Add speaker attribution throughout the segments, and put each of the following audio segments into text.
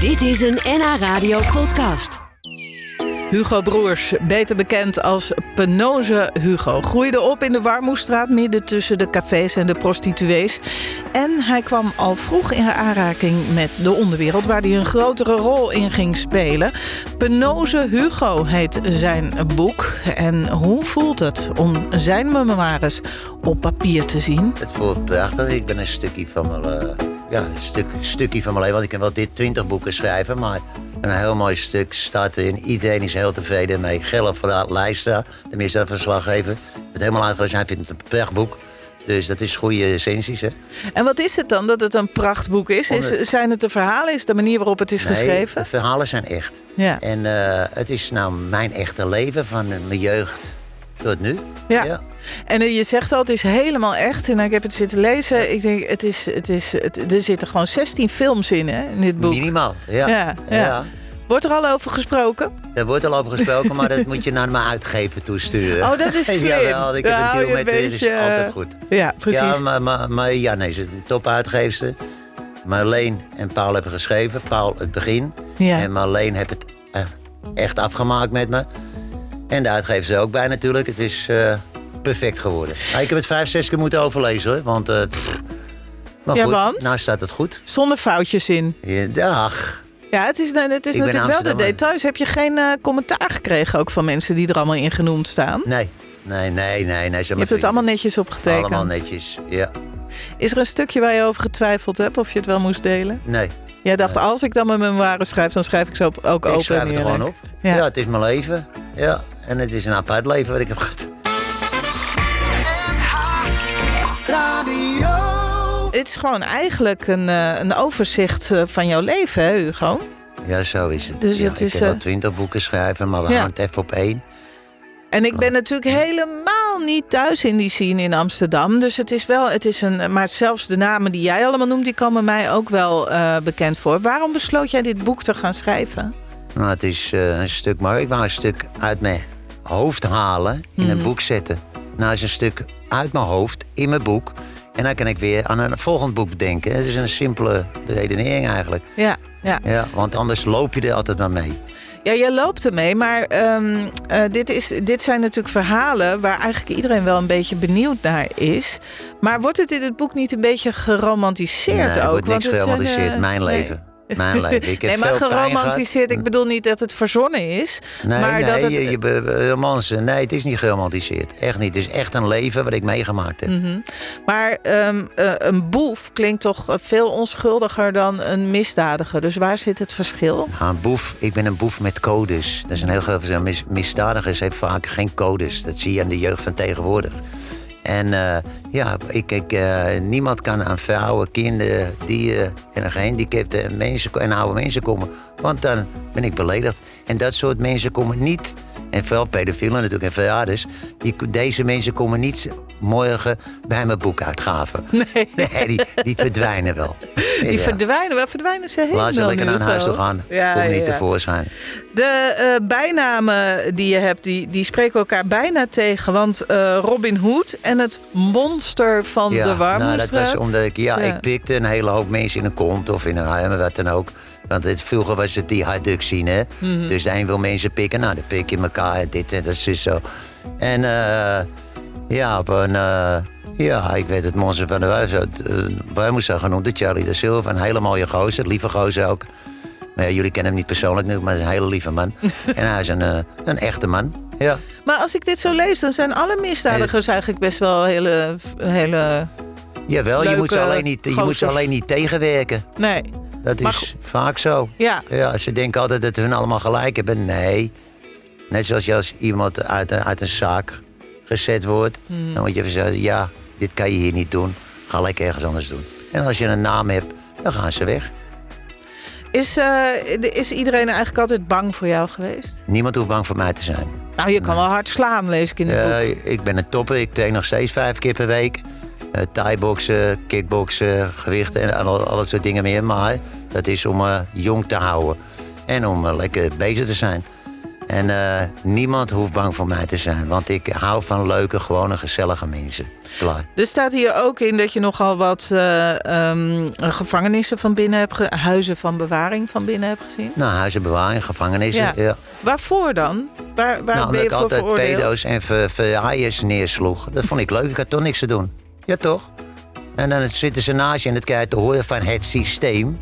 Speaker 1: Dit is een NH Radio podcast.
Speaker 2: Hugo Broers, beter bekend als Penose Hugo, groeide op in de Warmoestraat midden tussen de cafés en de prostituees. En hij kwam al vroeg in aanraking met de onderwereld, waar hij een grotere rol in ging spelen. Penose Hugo heet zijn boek. En hoe voelt het om zijn memoires op papier te zien?
Speaker 3: Het voelt prachtig. Ik ben een stukje van mijn, eh, ja, een stuk, stukje van mijn leven. Want ik kan wel dit 20 boeken schrijven, maar een heel mooi stuk staat erin. Iedereen is heel tevreden mee. Gerlof van der Leijstra, de misdaadverslaggever, heeft het helemaal aangelezen. Hij vindt het een prachtig boek. Dus dat is goede essenties, hè?
Speaker 2: En wat is het dan dat het een prachtboek is? is zijn het de verhalen? Is het de manier waarop het is geschreven?
Speaker 3: de verhalen zijn echt.
Speaker 2: Ja.
Speaker 3: En eh, het is nou mijn echte leven van mijn jeugd tot nu.
Speaker 2: Ja. En eh, je zegt al, het is helemaal echt. En ik heb het zitten lezen. Ik denk, het is, het is, het- er zitten gewoon 16 films in, hè, in dit boek.
Speaker 3: Minimaal, ja.
Speaker 2: Ja, ja.
Speaker 3: Ja.
Speaker 2: Wordt er al over gesproken?
Speaker 3: Daar wordt al over gesproken, maar dat moet je naar mijn uitgever toesturen.
Speaker 2: Oh, dat is slim.
Speaker 3: Jawel, ik heb
Speaker 2: Dan
Speaker 3: een
Speaker 2: hou
Speaker 3: deal
Speaker 2: je
Speaker 3: met
Speaker 2: een
Speaker 3: de, dus
Speaker 2: beetje, eh,
Speaker 3: altijd goed.
Speaker 2: Ja, precies.
Speaker 3: Ja, maar, maar, maar ja, nee, ze is een topuitgeefster. Marleen en Paul hebben geschreven. Paul het begin.
Speaker 2: Ja.
Speaker 3: En Marleen heeft het eh, echt afgemaakt met me. En de uitgever er ook bij natuurlijk. Het is eh, perfect geworden. Maar ik heb het vijf, zes keer moeten overlezen hoor. Want, eh, pff. maar
Speaker 2: Ja,
Speaker 3: goed,
Speaker 2: want?
Speaker 3: nou staat het goed.
Speaker 2: Zonder foutjes in.
Speaker 3: Ja, dag.
Speaker 2: Ja, het is, het is
Speaker 3: Ik ben
Speaker 2: natuurlijk wel de
Speaker 3: Amsterdammer.
Speaker 2: details. Heb je geen eh, commentaar gekregen ook van mensen die er allemaal in genoemd staan?
Speaker 3: Nee, nee, nee, nee. nee
Speaker 2: je hebt het allemaal netjes opgetekend.
Speaker 3: Allemaal netjes, ja.
Speaker 2: Is er een stukje waar je over getwijfeld hebt of je het wel moest delen?
Speaker 3: Nee,
Speaker 2: Jij dacht, als ik dan mijn memoires schrijf, dan schrijf ik ze ook, ook
Speaker 3: Eh. ik
Speaker 2: open
Speaker 3: schrijf het
Speaker 2: en
Speaker 3: gewoon op.
Speaker 2: eerlijk.
Speaker 3: Ja.
Speaker 2: Ja.
Speaker 3: het is mijn leven. Ja, en het is een apart leven wat ik heb gehad.
Speaker 2: Het is gewoon eigenlijk een, eh, een overzicht eh, van jouw leven, hè, Hugo?
Speaker 3: Ja, zo is het.
Speaker 2: Dus
Speaker 3: Ja,
Speaker 2: het is,
Speaker 3: ik heb wel
Speaker 2: eh,
Speaker 3: twintig boeken schrijven, maar we
Speaker 2: Ja.
Speaker 3: houden het even op één.
Speaker 2: En ik ben natuurlijk helemaal niet thuis in die scene in Amsterdam. Dus het is wel, het is een. Maar zelfs de namen die jij allemaal noemt, die komen mij ook wel eh, bekend voor. Waarom besloot jij dit boek te gaan schrijven?
Speaker 3: Nou, het is eh, een stuk, maar ik wou een stuk uit mijn hoofd halen, in
Speaker 2: Mhm.
Speaker 3: een boek zetten. Nou is een stuk uit mijn hoofd, in mijn boek. En dan kan ik weer aan een volgend boek denken. Het is een simpele redenering eigenlijk.
Speaker 2: Ja, ja.
Speaker 3: Ja, want anders loop je er altijd maar mee.
Speaker 2: ja jij loopt ermee, maar ehm, eh, dit, is, dit zijn natuurlijk verhalen waar eigenlijk iedereen wel een beetje benieuwd naar is. Maar wordt het in het boek niet een beetje geromantiseerd
Speaker 3: Nee, er
Speaker 2: ook?
Speaker 3: wordt niks
Speaker 2: Want het zijn, eh,
Speaker 3: geromantiseerd. Mijn
Speaker 2: nee.
Speaker 3: leven. Mijn leven. Ik heb
Speaker 2: nee, maar
Speaker 3: veel pijn
Speaker 2: geromantiseerd.
Speaker 3: gehad.
Speaker 2: Ik bedoel niet dat het verzonnen is.
Speaker 3: Nee,
Speaker 2: maar
Speaker 3: nee,
Speaker 2: dat het,
Speaker 3: je, je be- be- romansen. Nee, het is niet geromantiseerd. Echt niet. Het is echt een leven wat ik meegemaakt heb.
Speaker 2: Maar ehm, eh, een boef klinkt toch eh, veel onschuldiger dan een misdadiger. Dus waar zit het verschil?
Speaker 3: Nou, een boef, ik ben een boef met codes. Dat is een heel groot verschil. Mis, misdadigers heeft vaak geen codes. Dat zie je aan de jeugd van tegenwoordig. En eh, ja, ik, ik, eh, niemand kan aan vrouwen, kinderen, dieren en gehandicapten en, mensen, en oude mensen komen. Want dan ben ik beledigd. En dat soort mensen komen niet, en vooral pedofielen natuurlijk en verraders. Die, deze mensen komen niet morgen bij mijn boekuitgaven.
Speaker 2: Nee.
Speaker 3: Nee, die, die verdwijnen wel.
Speaker 2: Die
Speaker 3: Ja.
Speaker 2: verdwijnen, waar verdwijnen ze heen?
Speaker 3: Laat ze
Speaker 2: dan
Speaker 3: lekker
Speaker 2: nu,
Speaker 3: naar huis toe
Speaker 2: Hugo?
Speaker 3: gaan.
Speaker 2: Ja,
Speaker 3: Kom niet
Speaker 2: ja.
Speaker 3: tevoorschijn.
Speaker 2: De eh, bijnamen die je hebt, die, die spreken elkaar bijna tegen. Want eh, Robin Hood en het monster van de
Speaker 3: nou, dat
Speaker 2: Warmoestraat.
Speaker 3: was omdat ik, ja,
Speaker 2: Ja.
Speaker 3: ik pikte een hele hoop mensen in een kont of in een arm, wat dan ook. Want het, vroeger was het die harductie, hè.
Speaker 2: Mhm.
Speaker 3: Dus de een wil mensen pikken, nou, dan pik je elkaar en dit en dat is zo. En eh ja, op een, eh, ja, ik weet het monster van de Warmoestraat, eh, Warmoestraat genoemd, de Charlie de Silva. Een hele mooie gozer, lieve gozer ook. Maar ja, jullie kennen hem niet persoonlijk nu, maar hij is een hele lieve man. en hij is een, eh, een echte man, ja.
Speaker 2: Maar als ik dit zo lees, dan zijn alle misdadigers eigenlijk best wel hele... hele...
Speaker 3: Jawel, je,
Speaker 2: Leuke
Speaker 3: moet ze, alleen niet, je moet ze
Speaker 2: gozers.
Speaker 3: alleen niet tegenwerken.
Speaker 2: Nee,
Speaker 3: Dat
Speaker 2: Maar
Speaker 3: is vaak zo.
Speaker 2: ja.
Speaker 3: Ja, ze denken altijd dat hun allemaal gelijk hebben. Nee. Net zoals je als iemand uit een, uit een zaak gezet wordt.
Speaker 2: Hmm.
Speaker 3: Dan moet je even zeggen, ja, dit kan je hier niet doen. Ga lekker ergens anders doen. En als je een naam hebt, dan gaan ze weg.
Speaker 2: Is, eh, is iedereen eigenlijk altijd bang voor jou geweest?
Speaker 3: Niemand hoeft bang voor mij te zijn.
Speaker 2: Nou, je kan wel hard slaan, lees ik in het boek.
Speaker 3: Eh, ik ben een topper. Ik train nog steeds vijf keer per week. Eh Thai-boksen, kickboksen, gewichten en al, al dat soort dingen meer. Maar dat is om eh, jong te houden. En om eh, lekker bezig te zijn. En eh, niemand hoeft bang voor mij te zijn. Want ik hou van leuke, gewone, gezellige mensen. Klaar.
Speaker 2: Er staat hier ook in dat je nogal wat eh, ehm, gevangenissen van binnen hebt, ge- huizen van bewaring van binnen hebt gezien.
Speaker 3: Nou, huizen bewaring, gevangenissen.
Speaker 2: Ja.
Speaker 3: Ja.
Speaker 2: Waarvoor dan? Waar, waar
Speaker 3: Nou,
Speaker 2: ben
Speaker 3: omdat
Speaker 2: je
Speaker 3: ik
Speaker 2: voor
Speaker 3: altijd
Speaker 2: veroordeeld?
Speaker 3: pedo's en ver- verraaiers neersloeg. Dat vond ik leuk. Ik had toch niks te doen. Ja, toch? En dan zitten ze naast je en het krijg je te horen van het systeem.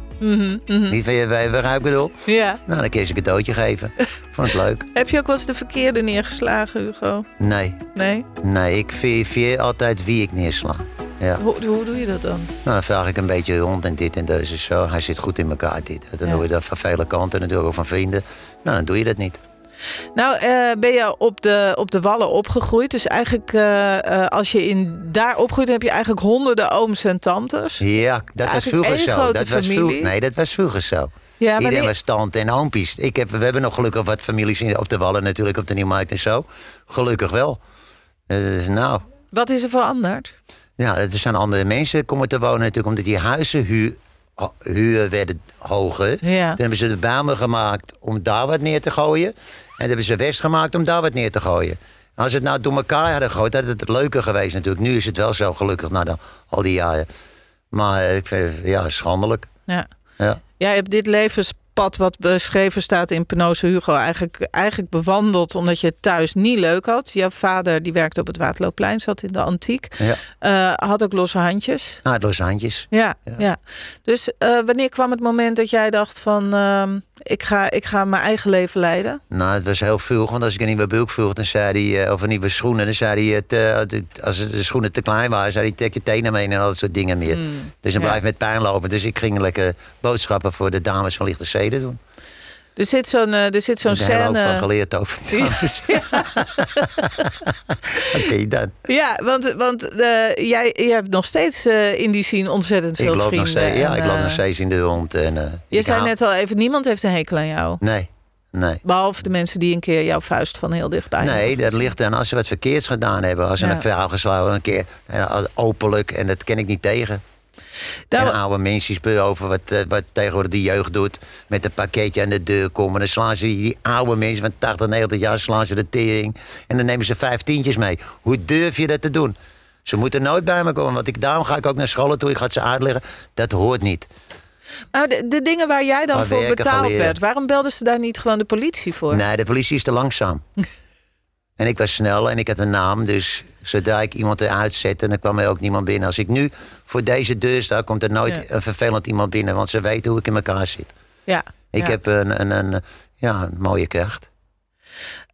Speaker 3: Niet van je, wij- waar ik bedoel.
Speaker 2: Mhm, Ja.
Speaker 3: Nou, dan kun je ze een cadeautje geven. Vond ik leuk.
Speaker 2: Heb je ook wel eens de verkeerde neergeslagen, Hugo?
Speaker 3: Nee,
Speaker 2: Nee?
Speaker 3: nee, ik veer, veer altijd wie ik neersla. Ja.
Speaker 2: Hoe, hoe doe je dat dan?
Speaker 3: Nou, dan vraag ik een beetje rond en dit en dat en zo. Hij zit goed in elkaar, dit. Dan
Speaker 2: Ja.
Speaker 3: hoor je dat van vele kanten, natuurlijk ook van vrienden. Nou, dan doe je dat niet.
Speaker 2: Nou, eh, ben je op de, op de Wallen opgegroeid. Dus eigenlijk, eh, eh, als je in, daar opgroeit, dan heb je eigenlijk honderden ooms en tantes.
Speaker 3: Ja, dat was
Speaker 2: Eigenlijk
Speaker 3: vroeger
Speaker 2: één
Speaker 3: zo.
Speaker 2: grote
Speaker 3: Dat was
Speaker 2: familie.
Speaker 3: vroeger, nee, dat was vroeger zo.
Speaker 2: Ja, maar
Speaker 3: Iedereen
Speaker 2: die-
Speaker 3: was tante en oompjes. Ik heb, we hebben nog gelukkig wat families in- op de Wallen natuurlijk, op de Nieuwmarkt en zo. Gelukkig wel. Eh, nou,
Speaker 2: Wat is er veranderd?
Speaker 3: ja, er zijn andere mensen komen te wonen natuurlijk, omdat die huizen huur, ho- huur werden hoger.
Speaker 2: Ja.
Speaker 3: Toen hebben ze de Bijlmer gemaakt om daar wat neer te gooien. En toen hebben ze West gemaakt om daar wat neer te gooien. En als ze het nou door elkaar hadden gegooid, had het leuker geweest natuurlijk. Nu is het wel zo gelukkig na de- al die jaren. Maar eh, ik vind het ja, schandelijk.
Speaker 2: Ja.
Speaker 3: Ja.
Speaker 2: Jij hebt dit levenspad wat beschreven staat in Penose Hugo eigenlijk, eigenlijk bewandeld omdat je het thuis niet leuk had. Jouw vader die werkte op het Waterloopplein, zat in de antiek.
Speaker 3: Ja.
Speaker 2: Eh, had ook losse handjes.
Speaker 3: Nou, los handjes.
Speaker 2: Ja, ja. Dus eh, wanneer kwam het moment dat jij dacht van ehm, ik, ga, ik ga mijn eigen leven leiden?
Speaker 3: Nou, het was heel vroeg, want als ik een nieuwe bulk vroeg, dan zei hij, eh, of een nieuwe schoenen, dan zei hij, het, eh, het- als de schoenen te klein waren, zei hij, trek je tenen mee en al dat soort dingen meer. Dus
Speaker 2: Hmm,
Speaker 3: dan
Speaker 2: ja.
Speaker 3: blijf ik met pijn lopen. Dus ik ging lekker boodschappen voor de dames van Lichte Zeden doen.
Speaker 2: Er zit zo'n eh, er zit zo'n
Speaker 3: Daar hebben we ook van
Speaker 2: scène.
Speaker 3: geleerd over de dames. Oké, dan.
Speaker 2: Ja, want, want eh, jij, jij hebt nog steeds eh, in die scene ontzettend
Speaker 3: Ik
Speaker 2: veel
Speaker 3: loop,
Speaker 2: vrienden.
Speaker 3: nog steeds, ja,
Speaker 2: en,
Speaker 3: ik loop nog
Speaker 2: eh,
Speaker 3: steeds in de rond. En, eh,
Speaker 2: Je
Speaker 3: ik
Speaker 2: zei
Speaker 3: haal-
Speaker 2: net al even, niemand heeft een hekel aan jou.
Speaker 3: Nee, nee.
Speaker 2: Behalve de mensen die een keer jouw vuist van heel dichtbij
Speaker 3: Nee,
Speaker 2: hebben
Speaker 3: dat
Speaker 2: gezien.
Speaker 3: ligt aan als ze wat verkeerds gedaan hebben. Als ze
Speaker 2: Ja.
Speaker 3: een vrouw geslagen een keer en als- openlijk. En dat ken ik niet tegen. en
Speaker 2: Nou,
Speaker 3: oude mensen spelen over wat, eh, wat tegenwoordig de jeugd doet. Met een pakketje aan de deur komen. Dan slaan ze die oude mensen van 80, 90 jaar slaan ze de tering. En dan nemen ze vijf tientjes mee. Hoe durf je dat te doen? Ze moeten nooit bij me komen. Want ik, daarom ga ik ook naar scholen toe. Ik ga het ze uitleggen. Dat hoort niet.
Speaker 2: nou, de, de dingen waar jij dan
Speaker 3: Maar
Speaker 2: voor
Speaker 3: werken gaan
Speaker 2: betaald
Speaker 3: leren.
Speaker 2: werd, waarom belden ze daar niet gewoon de politie voor?
Speaker 3: Nee, de politie is te langzaam. en ik was snel en ik had een naam. Dus zodra ik iemand eruit zette, dan kwam er ook niemand binnen. Als ik nu voor deze deur sta, komt er nooit
Speaker 2: Ja.
Speaker 3: een vervelend iemand binnen. Want ze weten hoe ik in elkaar zit.
Speaker 2: Ja.
Speaker 3: Ik
Speaker 2: ja.
Speaker 3: heb een, een, een, ja, een mooie kracht.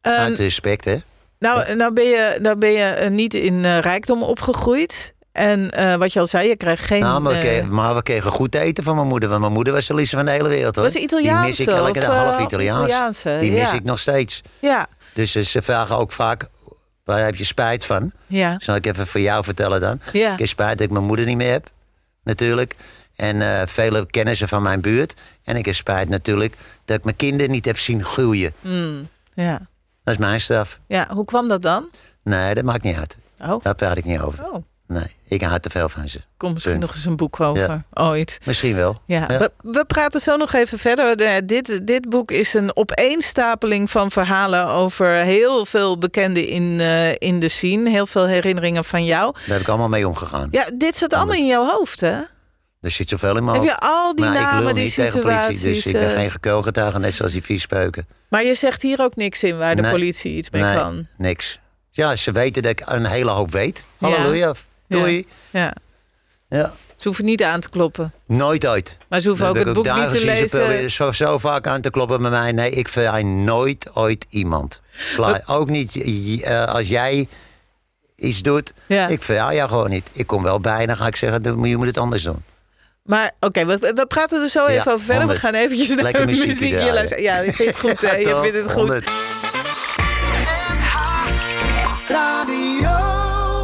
Speaker 2: Ehm,
Speaker 3: Uit respect, hè?
Speaker 2: nou, nou ben je, nou ben je eh, niet in eh, rijkdom opgegroeid. En eh, wat je al zei, je krijgt geen...
Speaker 3: Nou, maar, we
Speaker 2: eh,
Speaker 3: kregen, maar we kregen goed eten van mijn moeder. Want mijn moeder was de liefste van de hele wereld, hoor.
Speaker 2: was ze Italiaanse?
Speaker 3: Die mis ik elke
Speaker 2: of,
Speaker 3: dag,
Speaker 2: eh,
Speaker 3: half
Speaker 2: half
Speaker 3: Italiaans.
Speaker 2: Italiaanse,
Speaker 3: Die mis
Speaker 2: ja.
Speaker 3: ik nog steeds.
Speaker 2: Ja,
Speaker 3: Dus eh, ze vragen ook vaak, waar heb je spijt van?
Speaker 2: ja,
Speaker 3: Zal ik even voor jou vertellen dan.
Speaker 2: Ja.
Speaker 3: Ik heb spijt dat ik mijn moeder niet meer heb, natuurlijk. En eh vele kennissen van mijn buurt. En ik heb spijt natuurlijk dat ik mijn kinderen niet heb zien groeien.
Speaker 2: Hmm. ja.
Speaker 3: Dat is mijn straf.
Speaker 2: Ja, hoe kwam dat dan?
Speaker 3: Nee, dat maakt niet uit.
Speaker 2: Oh,
Speaker 3: Daar praat ik niet over.
Speaker 2: oh.
Speaker 3: Nee, ik hou te veel van ze.
Speaker 2: komt misschien
Speaker 3: Punt.
Speaker 2: nog eens een boek over, ooit.
Speaker 3: Misschien wel.
Speaker 2: Ja, We, we praten zo nog even verder. De- dit, dit boek is een opeenstapeling van verhalen over heel veel bekenden in, eh, in de scene. Heel veel herinneringen van jou.
Speaker 3: Daar heb ik allemaal mee omgegaan.
Speaker 2: Ja, dit zit allemaal in jouw hoofd, hè?
Speaker 3: Er zit zoveel in mijn
Speaker 2: Heb
Speaker 3: hoofd.
Speaker 2: je al die
Speaker 3: maar Oh. Nou, ik
Speaker 2: namen,
Speaker 3: lul
Speaker 2: die
Speaker 3: niet tegen politie,
Speaker 2: situaties,
Speaker 3: dus ik ben
Speaker 2: eh,
Speaker 3: geen gekoelgetuige, net zoals die vier speuken.
Speaker 2: Maar je zegt hier ook niks in waar de
Speaker 3: Nee.
Speaker 2: politie iets mee
Speaker 3: nee,
Speaker 2: kan.
Speaker 3: niks. Ja, ze weten dat ik een hele hoop weet.
Speaker 2: Ja.
Speaker 3: Halleluja. Doei.
Speaker 2: Ja.
Speaker 3: Ja.
Speaker 2: Ze hoeven niet aan te kloppen.
Speaker 3: Nooit uit.
Speaker 2: Maar ze hoeven ook het boek niet te lezen.
Speaker 3: Zo, zo vaak aan te kloppen met mij. Nee, ik verijn nooit ooit iemand. Klaar. Ook niet j- eh, als jij iets doet.
Speaker 2: Ja.
Speaker 3: Ik verjaar jou gewoon niet. Ik kom wel bijna, ga ik zeggen, dan moet- je moet het anders doen.
Speaker 2: Maar oké, we, we praten er zo
Speaker 3: Ja,
Speaker 2: even over verder.
Speaker 3: honderd.
Speaker 2: We gaan eventjes naar
Speaker 3: Lekker
Speaker 2: de
Speaker 3: muziekje
Speaker 2: muziekje
Speaker 3: draaien.
Speaker 2: luisteren. Ja, je vindt het goed, hè? Je
Speaker 3: Toch?
Speaker 2: vindt het goed.
Speaker 3: 100.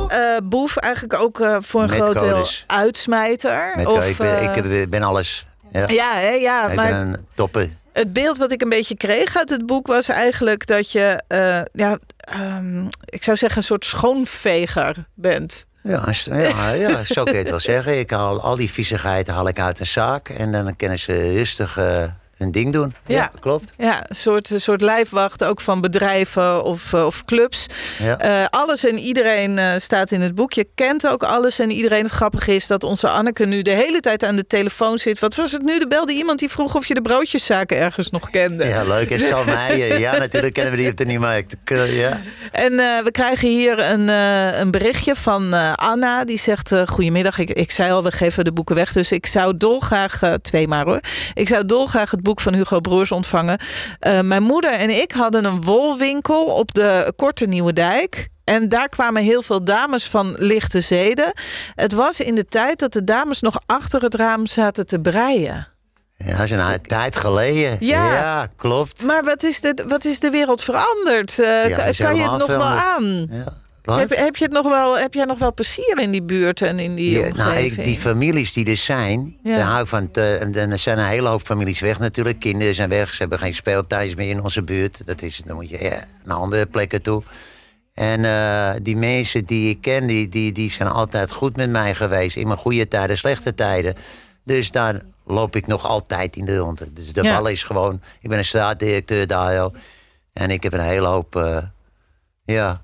Speaker 2: eh, boef eigenlijk ook eh, voor een
Speaker 3: Met
Speaker 2: groot deel
Speaker 3: codes.
Speaker 2: uitsmijter.
Speaker 3: Met
Speaker 2: of,
Speaker 3: ik, ben,
Speaker 2: eh,
Speaker 3: ik heb- ben alles. Ja.
Speaker 2: ja, hè, ja
Speaker 3: ik eh,
Speaker 2: maar
Speaker 3: ben een topper.
Speaker 2: het beeld wat ik een beetje kreeg uit het boek was eigenlijk dat je, eh, ja, ehm, ik zou zeggen, een soort schoonveger bent.
Speaker 3: Ja, als- ja, ja, zo kun je het wel zeggen. Ik haal al die viezigheid haal ik uit een zaak. En dan kunnen ze rustig eh, hun ding doen. Ja,
Speaker 2: Ja.
Speaker 3: klopt.
Speaker 2: Ja, een soort, een soort lijfwacht ook van bedrijven of, eh, of clubs.
Speaker 3: Ja.
Speaker 2: Eh, alles en iedereen eh, staat in het boek. Je kent ook alles en iedereen. Het grappige is dat onze Anneke nu de hele tijd aan de telefoon zit. Wat was het nu? Er belde iemand die vroeg of je de broodjeszaken ergens nog kende.
Speaker 3: Ja, leuk. En Sam Meijer. eh, Ja, natuurlijk kennen we die op de Nieuwmarkt. Ja.
Speaker 2: En eh, we krijgen hier een, eh, een berichtje van eh, Anna. Die zegt, eh, goedemiddag, ik, ik zei al, we geven de boeken weg. Dus ik zou dolgraag, eh, twee maar hoor. Ik zou dolgraag het boek van Hugo Broers ontvangen. Eh, mijn moeder en ik hadden een wolwinkel op de Korte Nieuwe Dijk. En daar kwamen heel veel dames van lichte zeden. Het was in de tijd dat de dames nog achter het raam zaten te breien.
Speaker 3: Ja, dat is een tijd geleden.
Speaker 2: Ja.
Speaker 3: klopt.
Speaker 2: Maar wat is de, wat is de wereld veranderd? Eh,
Speaker 3: Ja,
Speaker 2: kan-
Speaker 3: is
Speaker 2: kan je het
Speaker 3: helemaal
Speaker 2: nog wel
Speaker 3: veranderd.
Speaker 2: aan?
Speaker 3: Ja. Wat?
Speaker 2: Heb, heb, je het nog wel, heb jij nog wel plezier in die buurt en in die
Speaker 3: Ja, nou,
Speaker 2: omgeving?
Speaker 3: ik, die families die er zijn,
Speaker 2: Ja.
Speaker 3: daar hou ik van. te- en, en er zijn een hele hoop families weg natuurlijk. Kinderen zijn weg, ze hebben geen speelthuis meer in onze buurt. Dat is, dan moet je eh, naar andere plekken toe. En eh, die mensen die ik ken, die, die, die zijn altijd goed met mij geweest. In mijn goede tijden, slechte tijden. Dus daar loop ik nog altijd in de rond. Dus de
Speaker 2: Ja.
Speaker 3: bal is gewoon... Ik ben een straatdirecteur daar al. En ik heb een hele hoop... eh, ja,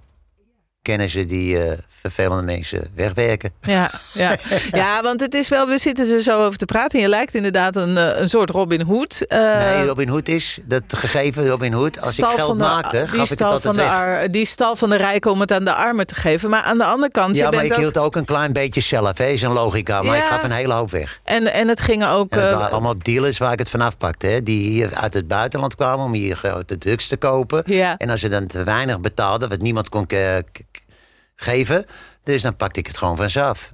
Speaker 3: kennissen die eh, vervelende mensen wegwerken.
Speaker 2: ja, ja. ja, want het is wel, we zitten er zo over te praten. En je lijkt inderdaad een, eh, een soort Robin Hood. eh,
Speaker 3: Nee, Robin Hood is dat gegeven Robin Hood. Als ik
Speaker 2: stal
Speaker 3: geld
Speaker 2: van de-
Speaker 3: maakte,
Speaker 2: die
Speaker 3: gaf ik het
Speaker 2: stal van
Speaker 3: altijd
Speaker 2: de
Speaker 3: weg.
Speaker 2: ar- Die stal van de rijken om het aan de armen te geven. Maar aan de andere kant,
Speaker 3: Ja,
Speaker 2: je
Speaker 3: maar
Speaker 2: bent
Speaker 3: ik
Speaker 2: ook...
Speaker 3: hield ook een klein beetje zelf. Hè, is een logica. Maar ik
Speaker 2: Ja.
Speaker 3: gaf een hele hoop weg.
Speaker 2: En, en het gingen ook...
Speaker 3: En het
Speaker 2: eh,
Speaker 3: waren allemaal dealers waar ik het vanaf pakte. Hè, die hier uit het buitenland kwamen om hier grote drugs te kopen.
Speaker 2: Ja.
Speaker 3: En als ze dan te weinig betaalden, wat niemand kon ke- k- k- geven... dus dan pakte ik het gewoon vanzelf.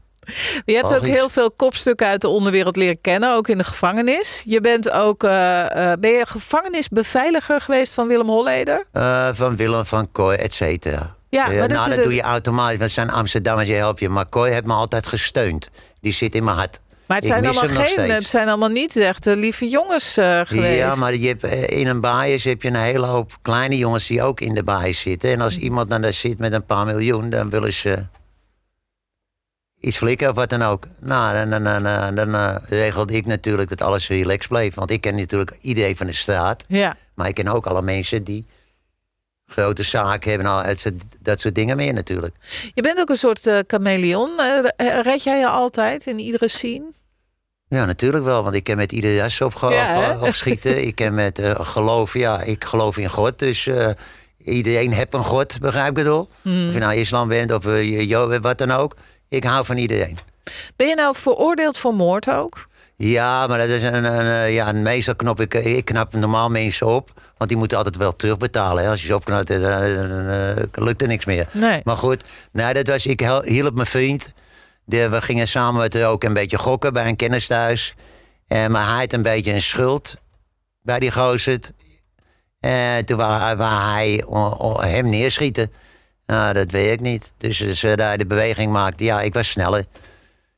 Speaker 2: je hebt ook
Speaker 3: logisch.
Speaker 2: heel veel kopstukken uit de onderwereld leren kennen. Ook in de gevangenis. Je bent ook... eh, eh, ben je gevangenisbeveiliger geweest van Willem Holleder?
Speaker 3: Eh, van Willem van Kooi, et cetera.
Speaker 2: Ja,
Speaker 3: Eh,
Speaker 2: maar dat
Speaker 3: nou,
Speaker 2: is
Speaker 3: dat
Speaker 2: het-
Speaker 3: doe je automatisch. Want zijn Amsterdammers, je helpt je. Maar Kooi heeft me altijd gesteund. Die zit in mijn hart.
Speaker 2: Maar het
Speaker 3: Ik
Speaker 2: zijn,
Speaker 3: mis
Speaker 2: allemaal
Speaker 3: hem nog
Speaker 2: geen,
Speaker 3: steeds.
Speaker 2: het zijn allemaal niet echt eh, lieve jongens eh, geweest.
Speaker 3: Ja, maar je hebt, eh, in een bias heb je een hele hoop kleine jongens die ook in de bias zitten. En als iemand dan daar zit met een paar miljoen, dan willen ze iets flikken of wat dan ook. Nou, dan, dan, dan, dan, dan, eh, regelde ik natuurlijk dat alles relaxed bleef. Want ik ken natuurlijk iedereen van de straat.
Speaker 2: Ja,
Speaker 3: Maar ik ken ook alle mensen die grote zaken hebben. en Al, dat soort- dat soort dingen meer natuurlijk.
Speaker 2: je bent ook een soort eh, chameleon. Eh, eh, red jij je altijd in iedere scene?
Speaker 3: Ja, natuurlijk wel, want ik kan met ieder jas op, ge-
Speaker 2: Ja, hè?
Speaker 3: op- opschieten. ik kan met eh, geloof, ja, ik geloof in God. Dus eh, iedereen heeft een God, begrijp ik het al?
Speaker 2: Hmm.
Speaker 3: Of je nou islam bent of eh, je joden, wat dan ook. Ik hou van iedereen.
Speaker 2: Ben je nou veroordeeld voor moord ook?
Speaker 3: Ja, maar dat is een, een, eh, ja, meestal knop ik, eh, ik knap normaal mensen op. Want die moeten altijd wel terugbetalen. Hè. Als je ze opknapt, dan, dan, dan, eh, lukt er niks meer.
Speaker 2: Nee.
Speaker 3: Maar goed, nou, dat was, ik hel- hielp mijn vriend. De, we gingen samen met ook een beetje gokken bij een kennis thuis. En, maar hij had een beetje een schuld bij die gozer. En toen wou, wou hij o- o- hem neerschieten. Nou, dat weet ik niet. Dus als ze daar de beweging maakte, ja, ik was sneller.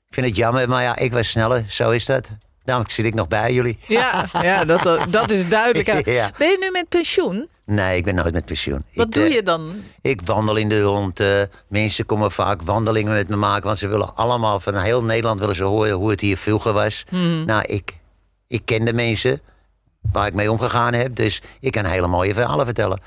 Speaker 3: Ik vind het jammer, maar ja, ik was sneller. Zo is dat. Daarom zit ik nog bij jullie.
Speaker 2: Ja, ja dat, dat, dat is duidelijk.
Speaker 3: Ja.
Speaker 2: Ben je nu met pensioen?
Speaker 3: Nee, ik ben nooit met pensioen.
Speaker 2: Wat
Speaker 3: ik,
Speaker 2: doe
Speaker 3: eh,
Speaker 2: je dan?
Speaker 3: Ik wandel in de rond. eh, mensen komen vaak wandelingen met me maken. Want ze willen allemaal van heel Nederland willen ze horen hoe het hier vroeger was.
Speaker 2: Mhm.
Speaker 3: Nou, ik, ik ken de mensen waar ik mee omgegaan heb. Dus ik kan hele mooie verhalen vertellen.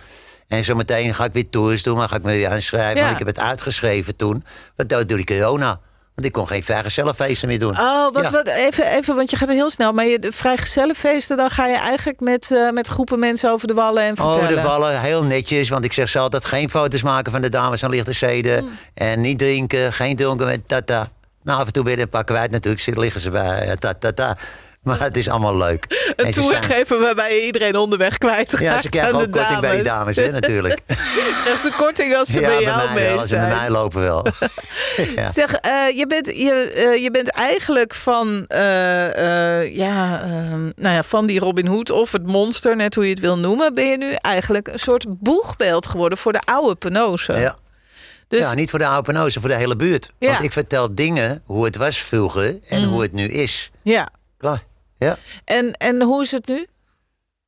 Speaker 3: En zometeen ga ik weer tours doen. Maar ga ik me weer aanschrijven.
Speaker 2: Ja.
Speaker 3: Want ik heb het uitgeschreven toen. Want dat door die corona. Want ik kon geen vrijgezellenfeesten meer doen.
Speaker 2: Oh, wat,
Speaker 3: Ja.
Speaker 2: wat, even, even, want je gaat heel snel. Maar je de vrijgezellenfeesten, dan ga je eigenlijk met, eh, met groepen mensen over de wallen en vertellen.
Speaker 3: Oh, de ballen, heel netjes. Want ik zeg ze altijd geen foto's maken van de dames van lichte zeden.
Speaker 2: Mm.
Speaker 3: En niet drinken, geen dronken met tata. Nou, af en toe ben je er een paar kwijt natuurlijk. Zitten liggen ze bij eh, ta ta ta. Maar het is allemaal leuk.
Speaker 2: Een
Speaker 3: En ze
Speaker 2: tour
Speaker 3: zijn-
Speaker 2: geven waarbij je iedereen onderweg kwijt
Speaker 3: Ja, ze krijgen ook korting bij die dames, hè, natuurlijk.
Speaker 2: Krijgen ze korting als ze
Speaker 3: ja,
Speaker 2: bij
Speaker 3: bij
Speaker 2: jou
Speaker 3: mij
Speaker 2: mee
Speaker 3: wel. Ze bij
Speaker 2: zijn.
Speaker 3: mij lopen wel. Ja.
Speaker 2: Zeg, eh, je, bent, je, eh, je bent eigenlijk van, eh, eh, ja, eh, nou ja, van die Robin Hood of het monster, net hoe je het wil noemen, ben je nu eigenlijk een soort boegbeeld geworden voor de oude Penose.
Speaker 3: Ja.
Speaker 2: Dus
Speaker 3: ja, niet voor de Alpenozen, voor de hele buurt.
Speaker 2: Ja. Mm.
Speaker 3: Want ik vertel dingen, hoe het was vroeger en hoe het nu is.
Speaker 2: ja.
Speaker 3: Klaar. Ja.
Speaker 2: En, en hoe is het nu?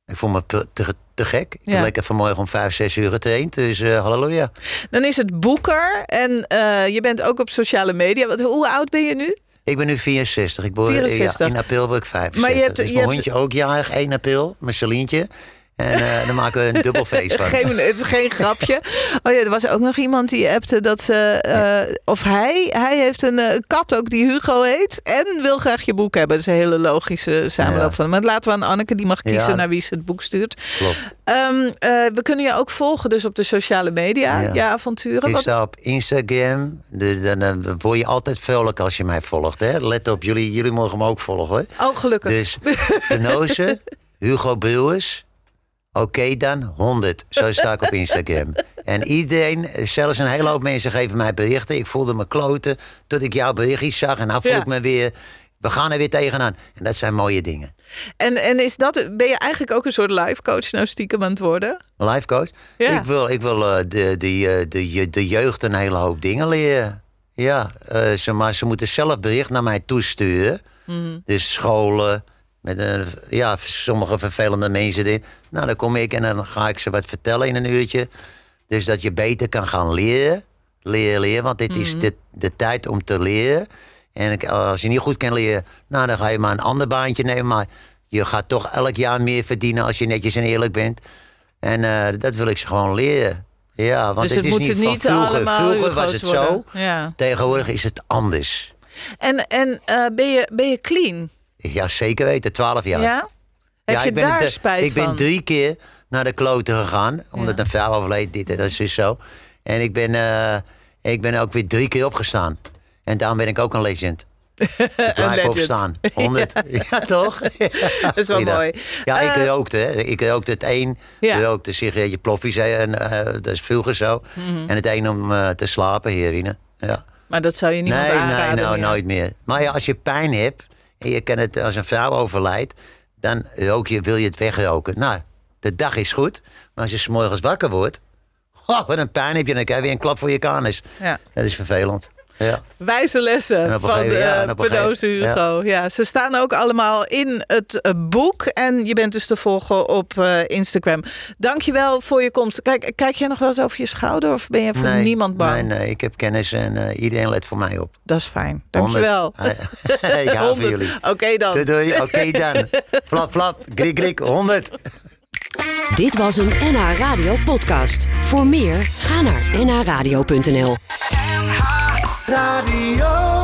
Speaker 3: Ik voel me te, te- te gek. Ik
Speaker 2: Ja.
Speaker 3: heb lekker vanmorgen om vijf, zes uur getraind. Dus eh, halleluja.
Speaker 2: Dan is het boeker en eh, je bent ook op sociale media. Wat, hoe oud ben je nu?
Speaker 3: Ik ben nu 64. Ik word,
Speaker 2: 64.
Speaker 3: Ja, in april ben ik 65.
Speaker 2: Maar je hebt-
Speaker 3: dus
Speaker 2: je
Speaker 3: mijn
Speaker 2: hebt-
Speaker 3: hondje ook jarig, 1 april. Mijn Celientje. En eh, dan maken we een dubbel feest van.
Speaker 2: Geen, het is geen grapje. Oh ja, er was ook nog iemand die appte dat ze. eh, of hij. Hij heeft een eh, kat ook die Hugo heet. En wil graag je boek hebben. Dat is een hele logische samenloop
Speaker 3: Ja.
Speaker 2: van. Maar laten we aan Anneke, die mag kiezen
Speaker 3: Ja.
Speaker 2: naar wie ze het boek stuurt.
Speaker 3: Klopt.
Speaker 2: Ehm, eh, we kunnen je ook volgen, dus op de sociale media.
Speaker 3: Ja.
Speaker 2: Je avonturen.
Speaker 3: Ik
Speaker 2: Wat-
Speaker 3: sta op Instagram. Dus dan, eh, word je altijd vrolijk als je mij volgt. Hè? Let op, jullie, jullie mogen me ook volgen. Hoor.
Speaker 2: Oh, gelukkig.
Speaker 3: Dus Penose, Hugo Brouwers. Oké dan, 100. Zo sta ik op Instagram. En iedereen, zelfs een hele hoop mensen geven mij berichten. Ik voelde me kloten tot ik jouw berichtjes zag. En nou voel
Speaker 2: Ja.
Speaker 3: ik me weer, we gaan er weer tegenaan. En dat zijn mooie dingen.
Speaker 2: En, en is dat, ben je eigenlijk ook een soort life coach nou stiekem aan het worden?
Speaker 3: Life coach,
Speaker 2: Ja.
Speaker 3: ik wil, ik wil eh, de, de, eh, de, je- de jeugd een hele hoop dingen leren. Ja, eh, ze, maar ze moeten zelf bericht naar mij toesturen. Dus scholen, met een, ja, sommige vervelende mensen erin. Nou, dan kom ik en dan ga ik ze wat vertellen in een uurtje. Dus dat je beter kan gaan leren. Leren, leren, want dit
Speaker 2: Mhm.
Speaker 3: is de, de tijd om te leren. En ik- als je niet goed kan leren, nou, dan ga je maar een ander baantje nemen. Maar je gaat toch elk jaar meer verdienen als je netjes en eerlijk bent. En eh, dat wil ik ze gewoon leren. Ja, want
Speaker 2: dus het,
Speaker 3: het, is
Speaker 2: moet
Speaker 3: niet
Speaker 2: het
Speaker 3: van
Speaker 2: niet
Speaker 3: vroeger.
Speaker 2: allemaal
Speaker 3: Vroeger
Speaker 2: Hugo's
Speaker 3: was het
Speaker 2: worden.
Speaker 3: zo.
Speaker 2: Ja.
Speaker 3: Tegenwoordig is het anders.
Speaker 2: En, en eh, ben, je, ben je clean?
Speaker 3: Ja, zeker weten. Twaalf jaar.
Speaker 2: Ja? Heb
Speaker 3: ja,
Speaker 2: je
Speaker 3: ik ben
Speaker 2: daar
Speaker 3: het, eh,
Speaker 2: spijt
Speaker 3: Ik
Speaker 2: van?
Speaker 3: ben drie keer naar de kloten gegaan. Omdat een vrouw overleed, dit en dat, is dus zo. En ik ben, eh, ik ben ook weer drie keer opgestaan. En daarom ben ik ook een legend. Ik blijf
Speaker 2: legend.
Speaker 3: opstaan. 100. Ja, toch?
Speaker 2: Dat is wel
Speaker 3: Goeiedag.
Speaker 2: mooi.
Speaker 3: Ja, ik
Speaker 2: Eh,
Speaker 3: rookte. Hè. Ik rookte het een.
Speaker 2: Ja.
Speaker 3: rookte sigaretje ploffies. hè, En, eh, dat is vroeger zo.
Speaker 2: Mhm.
Speaker 3: En het een om eh, te slapen, heroïne. Ja.
Speaker 2: maar dat zou je niet
Speaker 3: Nee, nee,
Speaker 2: aanraden.
Speaker 3: nou,
Speaker 2: meer.
Speaker 3: nooit meer. Maar ja, als je pijn hebt en je kan het als een vrouw overlijdt, dan rook je, wil je het wegroken. Nou, de dag is goed, maar als je 's morgens wakker wordt, oh, wat een pijn heb je, dan krijg je weer een klap voor je kanus.
Speaker 2: Ja.
Speaker 3: Dat is vervelend. Ja.
Speaker 2: Wijze
Speaker 3: En
Speaker 2: lessen
Speaker 3: Nou, op een
Speaker 2: van de
Speaker 3: gegeven- ja, en op een
Speaker 2: Penose
Speaker 3: gegeven- ja.
Speaker 2: Hugo. Ja. ze staan ook allemaal in het eh, boek. En je bent dus te volgen op eh Instagram. Dankjewel voor je komst. Kijk, kijk jij nog wel eens over je schouder? Of ben je voor
Speaker 3: Nee,
Speaker 2: niemand bang?
Speaker 3: Nee, nee, ik heb kennis en eh, iedereen let voor mij op.
Speaker 2: Dat is fijn.
Speaker 3: Honderd.
Speaker 2: Dankjewel.
Speaker 3: ik hou
Speaker 2: 100.
Speaker 3: van jullie.
Speaker 2: Oké dan.
Speaker 3: Doei, doei. Oké dan. Flap, flap. Grik, grik. 100.
Speaker 1: Dit was een NH Radio podcast. Voor meer, ga naar nhradio.nl.
Speaker 4: NH Radio.